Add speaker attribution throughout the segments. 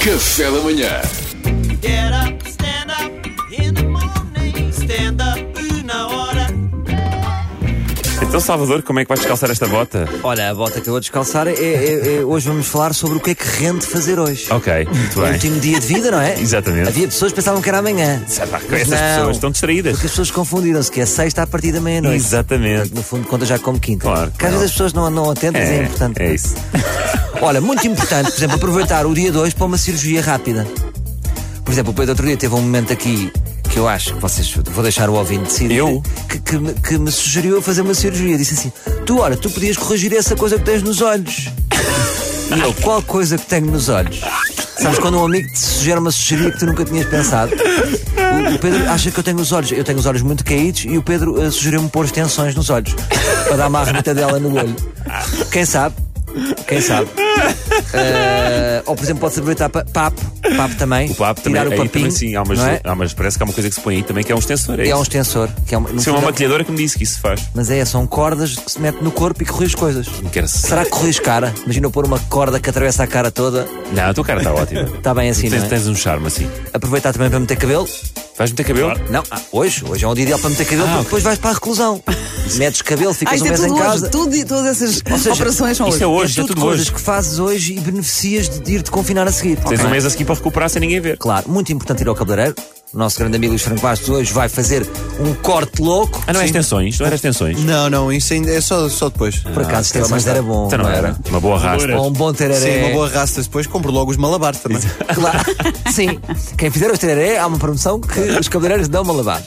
Speaker 1: Café da manhã.
Speaker 2: Get up, stand up in the morning. Stand up na hora.
Speaker 3: Então, Salvador, como é que vais descalçar esta bota?
Speaker 4: Olha, a bota que eu vou descalçar é, é- é- Hoje vamos falar sobre o que é que rende fazer hoje.
Speaker 3: Ok, muito
Speaker 4: O
Speaker 3: bem.
Speaker 4: último dia de vida, não é?
Speaker 3: Exatamente.
Speaker 4: Havia pessoas que pensavam que era amanhã.
Speaker 3: Sei lá,
Speaker 4: Mas
Speaker 3: Essas
Speaker 4: não,
Speaker 3: pessoas estão distraídas.
Speaker 4: Porque as pessoas confundiram-se que é sexta a partir da meia-noite.
Speaker 3: Exatamente.
Speaker 4: No fundo, conta já como quinta.
Speaker 3: Claro,
Speaker 4: Que às vezes
Speaker 3: claro.
Speaker 4: as pessoas não andam atentas e é importante.
Speaker 3: é isso.
Speaker 4: Olha, muito importante, por exemplo, aproveitar o dia 2 para uma cirurgia rápida. Por exemplo, o Pedro outro dia teve um momento aqui que eu acho que vocês. Vou deixar o ouvinte decidir.
Speaker 3: Eu?
Speaker 4: Que, que me- que me sugeriu a fazer uma cirurgia. Disse assim: Tu, olha, tu podias corrigir essa coisa que tens nos olhos. E eu, qual coisa que tenho nos olhos? Sabes quando um amigo te sugere uma sugeria que tu nunca tinhas pensado? O, o Pedro acha que eu tenho os olhos. Eu tenho os olhos muito caídos e o Pedro eh, sugeriu-me pôr extensões nos olhos para dar uma arrebita dela no olho. Quem sabe? Quem sabe? Eh, ou, por exemplo, pode-se aproveitar pa- papo, papo também.
Speaker 3: O papo também,
Speaker 4: tirar o
Speaker 3: aí
Speaker 4: papinho.
Speaker 3: também sim, há umas,
Speaker 4: não é?
Speaker 3: há umas- parece que há uma coisa que se põe aí também que é um extensor. É
Speaker 4: E é um
Speaker 3: isso.
Speaker 4: extensor. Que é uma, no
Speaker 3: Isso é uma
Speaker 4: fundo é-
Speaker 3: maquilhadora que me disse que isso se faz.
Speaker 4: mas é, são cordas que se mete no corpo e corrige coisas.
Speaker 3: quero saber.
Speaker 4: Será que corrige cara? Imagina eu pôr uma corda que atravessa a cara toda.
Speaker 3: Não, a tua cara está ótima.
Speaker 4: Está bem assim,
Speaker 3: tens,
Speaker 4: não é?
Speaker 3: tens um charme assim.
Speaker 4: Aproveitar também para meter cabelo.
Speaker 3: Vais meter cabelo?
Speaker 4: Não, ah, hoje, hoje é um dia ideal para meter
Speaker 3: Ah,
Speaker 4: cabelo, porque depois vais para a reclusão. Metes cabelo,
Speaker 5: Ah,
Speaker 4: ficas
Speaker 5: isto
Speaker 4: um
Speaker 5: é
Speaker 4: mês
Speaker 5: tudo
Speaker 4: em
Speaker 5: hoje.
Speaker 4: casa.
Speaker 5: Tudo, todas essas
Speaker 4: Ou seja,
Speaker 5: operações são
Speaker 3: isto
Speaker 5: hoje.
Speaker 3: é hoje, é tudo
Speaker 4: coisas
Speaker 3: hoje.
Speaker 4: que fazes hoje e beneficias de ir-te confinar a seguir.
Speaker 3: Tens
Speaker 4: Ok.
Speaker 3: um mês a seguir para recuperar sem ninguém ver.
Speaker 4: Claro, muito importante ir ao cabeleireiro. O nosso grande amigo Luís Franco Bastos hoje vai fazer um corte louco.
Speaker 3: Ah, não é extensões? Não era extensões?
Speaker 6: Não, não, isso ainda é só, só depois.
Speaker 4: Por acaso, ah, mas era bom.
Speaker 3: Então não era. Uma boa raspa.
Speaker 4: Ou um bom tereré.
Speaker 6: Sim,
Speaker 3: É.
Speaker 6: uma boa raça depois, compro logo os malabares também.
Speaker 4: Claro. Sim. Quem fizer os tereré, há uma promoção que os cabeleireiros dão uma lavada.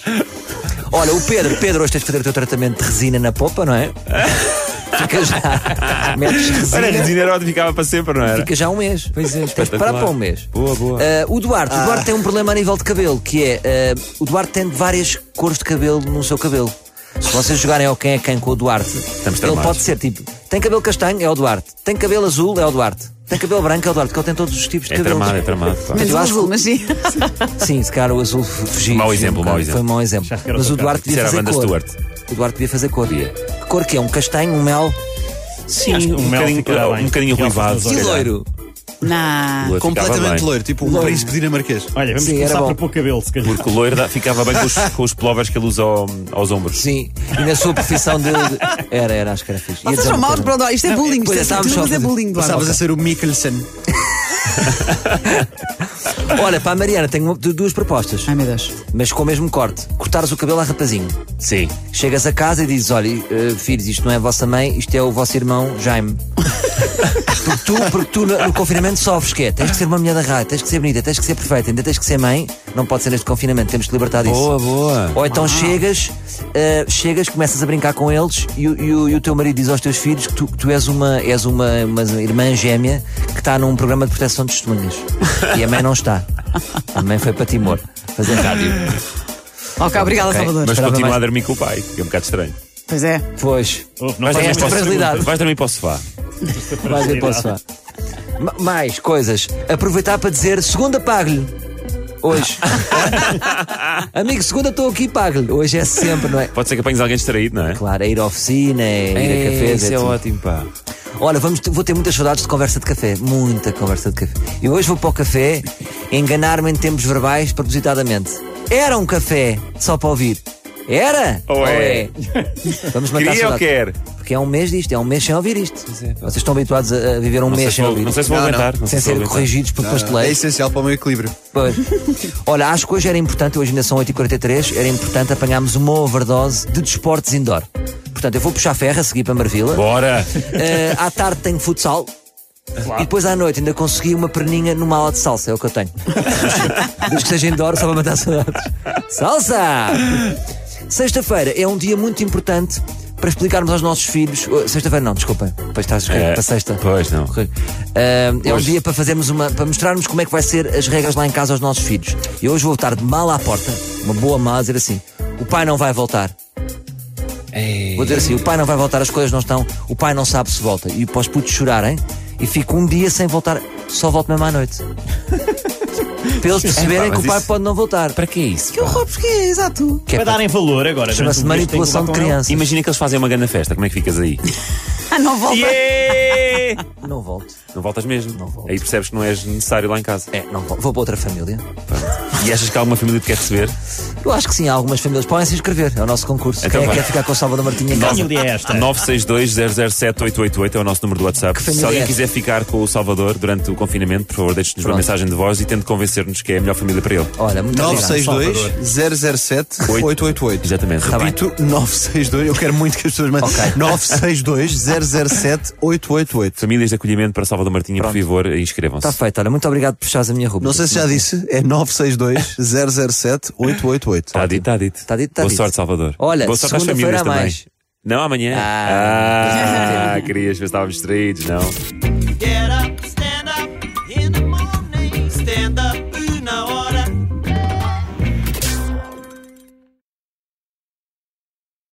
Speaker 4: Olha, o Pedro, Pedro, hoje tens de fazer o teu tratamento de resina na popa, não é? Fica já. Metes
Speaker 3: Olha, a
Speaker 4: resina.
Speaker 3: resina erótica ficava para sempre, não era?
Speaker 4: Fica já um mês. Pois é, tens de parar
Speaker 3: Espetacular.
Speaker 4: para um mês.
Speaker 3: Boa, boa.
Speaker 4: Ah, o Duarte, o Duarte tem um problema a nível de cabelo, que é ah, o Duarte tem várias cores de cabelo no seu cabelo. Se vocês jogarem ao quem é quem com o Duarte, ele
Speaker 3: tramados.
Speaker 4: pode ser tipo: tem cabelo castanho, é o Duarte, tem cabelo azul, é o Duarte, tem cabelo branco, é o Duarte, que ele tem todos os tipos de
Speaker 3: É
Speaker 4: cabelo.
Speaker 3: tramado, é tramado. pá.
Speaker 4: Mas
Speaker 5: Menos
Speaker 4: eu
Speaker 5: o
Speaker 4: acho
Speaker 5: azul,
Speaker 4: que-
Speaker 5: mas sim.
Speaker 4: Sim, se calhar o azul fugiu.
Speaker 3: Mau
Speaker 4: fugiu
Speaker 3: exemplo,
Speaker 4: um
Speaker 3: mau
Speaker 4: bocado.
Speaker 3: exemplo.
Speaker 4: Foi um mau exemplo. Mas o Duarte
Speaker 3: Isso
Speaker 4: devia
Speaker 3: era a
Speaker 4: fazer
Speaker 3: banda
Speaker 4: cor.
Speaker 3: Stuart.
Speaker 4: O Duarte devia fazer cor. Que cor que é? Um castanho, um mel
Speaker 3: Sim, um bocadinho um bocadinho ruivado. se
Speaker 4: e
Speaker 3: calhar.
Speaker 4: loiro.
Speaker 5: Não.
Speaker 3: Loiro ficava
Speaker 6: Completamente
Speaker 3: bem.
Speaker 6: loiro, tipo um príncipe dinamarquês.
Speaker 7: Olha, vamos
Speaker 4: Sim, era
Speaker 7: começar
Speaker 4: bom.
Speaker 7: por pôr cabelo, se calhar.
Speaker 3: Porque o loiro dá- ficava bem com os, com os plovers que ele usa ao- aos ombros.
Speaker 4: Sim. E na sua profissão de. de- Era, era, acho que era fixe. Ia
Speaker 5: Vocês
Speaker 4: dizer
Speaker 5: são
Speaker 4: uma
Speaker 5: maus,
Speaker 4: coisa.
Speaker 5: pronto, olha, isto é bullying.
Speaker 4: pois,
Speaker 5: Isto é,
Speaker 4: estávamos
Speaker 5: tudo,
Speaker 4: só a
Speaker 5: mas é
Speaker 4: fazer-
Speaker 5: bullying, Duarte.
Speaker 6: Passavas a ser o Mikkelsen.
Speaker 4: Olha, para a Mariana, tenho uma- du- duas propostas.
Speaker 5: Ai, meu Deus.
Speaker 4: Mas com o mesmo corte. Cortares o cabelo a rapazinho.
Speaker 3: Sim.
Speaker 4: Chegas a casa e dizes: Olha, eh, filhos, isto não é a vossa mãe, isto é o vosso irmão Jaime. Porque tu, porque tu no, no confinamento sofres, que é, tens que ser uma mulher da rádio, tens que ser bonita, tens que ser perfeita, ainda tens que ser mãe, não pode ser neste confinamento, temos que libertar disso.
Speaker 3: Boa, boa.
Speaker 4: Ou então chegas, eh, chegas, começas a brincar com eles e, o- e o- e o teu marido diz aos teus filhos que tu, que tu és, uma, és uma, uma irmã gêmea que está num programa de proteção de testemunhas. E a mãe não está. A mãe foi para Timor fazer rádio.
Speaker 5: Ok, obrigada,
Speaker 4: Ok.
Speaker 5: Salvador.
Speaker 3: Mas
Speaker 4: Esperava
Speaker 3: continua
Speaker 4: mais.
Speaker 3: a dormir com o pai, que é um bocado estranho.
Speaker 5: Pois é.
Speaker 4: Pois.
Speaker 7: Oh,
Speaker 3: Vais
Speaker 4: tem
Speaker 3: dormir
Speaker 4: esta
Speaker 3: para o-
Speaker 4: fragilidade.
Speaker 3: Vais dormir para o sofá.
Speaker 4: Vais ver para o sofá. Ma- Mais coisas. Aproveitar para dizer segunda pague-lhe. Hoje. Amigo, segunda estou aqui, pague-lhe. Hoje é sempre, não é?
Speaker 3: Pode ser que apanhes alguém distraído, não é?
Speaker 4: Claro, é ir à oficina, é ir a cafés, etc.
Speaker 3: ótimo, pá.
Speaker 4: Olha, vamos, vou ter muitas saudades de conversa de café. Muita conversa de café. E hoje vou para o café enganar-me em tempos verbais propositadamente. Era um café, só para ouvir. Era?
Speaker 3: Ou é?
Speaker 4: Vamos matar
Speaker 3: Queria ou
Speaker 4: saudades.
Speaker 3: quer?
Speaker 4: Porque é um mês disto, é um mês sem ouvir isto. Vocês estão habituados a a viver um
Speaker 3: Não sei
Speaker 4: mês
Speaker 3: se
Speaker 4: sem
Speaker 3: vou,
Speaker 4: ouvir.
Speaker 3: não sei se vou
Speaker 6: Não, não.
Speaker 3: aguentar. Não sei se vou
Speaker 4: sem ser
Speaker 3: aguentar.
Speaker 4: corrigidos por
Speaker 6: É
Speaker 4: pasteleiros.
Speaker 6: essencial para o meu equilíbrio.
Speaker 4: Pois. Olha, acho que hoje era importante, hoje ainda são 8h43, era importante apanharmos uma overdose de desportos indoor. Portanto, eu vou puxar ferro a seguir para Marvila.
Speaker 3: Bora!
Speaker 4: Eh, à tarde tenho futsal. E depois à noite ainda consegui uma perninha numa aula de salsa, é o que eu tenho. Desde que seja indoor, só para matar saudades. Salsa! Sexta-feira é um dia muito importante para explicarmos aos nossos filhos. oh, Sexta-feira não, desculpem. Depois estás
Speaker 3: É,
Speaker 4: para sexta.
Speaker 3: Pois não.
Speaker 4: Eh, é um
Speaker 3: Hoje.
Speaker 4: dia para fazermos uma. para mostrarmos como é que vai ser as regras lá em casa aos nossos filhos. E hoje vou estar de mal à porta, uma boa má, a dizer assim: o pai não vai voltar. Vou dizer assim: o pai não vai voltar, as coisas não estão, o pai não sabe se volta. E para os putos chorarem, e fico um dia sem voltar, só volto mesmo à noite. para eles perceberem
Speaker 3: mas
Speaker 4: que o pai
Speaker 3: isso-
Speaker 4: pode não voltar.
Speaker 3: Para que é isso?
Speaker 5: Que horror, porque é exato.
Speaker 4: Que é
Speaker 7: Para
Speaker 4: para-
Speaker 7: darem valor agora.
Speaker 4: Chama-se
Speaker 7: durante o mês, tem que levar
Speaker 4: manipulação de
Speaker 7: com ele.
Speaker 4: crianças.
Speaker 3: Imagina que eles fazem uma grande festa, como é que ficas aí?
Speaker 5: Ah, não volta.
Speaker 3: Yeah!
Speaker 4: Não volto.
Speaker 3: Não voltas mesmo.
Speaker 4: Não volto.
Speaker 3: Aí percebes que não és necessário lá em casa.
Speaker 4: É, não volto. Vou para outra família.
Speaker 3: E achas que alguma família te quer receber?
Speaker 4: Eu acho que sim, há algumas famílias que podem se inscrever. É o nosso concurso.
Speaker 3: Então
Speaker 4: Quem é
Speaker 3: vai.
Speaker 4: que quer ficar com o Salvador Martinha em casa?
Speaker 1: família é esta?
Speaker 3: 962-007-888 é o nosso número do WhatsApp. Se
Speaker 4: família é
Speaker 3: alguém
Speaker 4: essa?
Speaker 3: quiser ficar com o Salvador durante o confinamento, por favor, deixe-nos uma
Speaker 4: Pronto.
Speaker 3: mensagem de voz e tente convencer-nos que é a melhor família para ele.
Speaker 4: Olha, muito obrigado.
Speaker 6: 962-007-888.
Speaker 3: Exatamente. tá
Speaker 6: Repito, 962, eu quero muito que as pessoas mandem.
Speaker 4: Ok.
Speaker 6: 962-007-888.
Speaker 3: Famílias de acolhimento para Salvador Martinha, por favor, inscrevam-se.
Speaker 4: Está Tá feito. Olha, muito obrigado por fechares a minha rubrica.
Speaker 6: Não sei se já disse, é 962-007-888.
Speaker 3: Está dito, está dito.
Speaker 4: Está dito, está
Speaker 3: Boa
Speaker 4: dito.
Speaker 3: sorte, Salvador.
Speaker 4: Olha,
Speaker 3: Boa sorte às
Speaker 4: segunda-feira
Speaker 3: famílias
Speaker 4: há
Speaker 3: também.
Speaker 4: mais.
Speaker 3: Não, amanhã.
Speaker 4: Ah.
Speaker 3: Ah, querias ver se estávamos distraídos, não?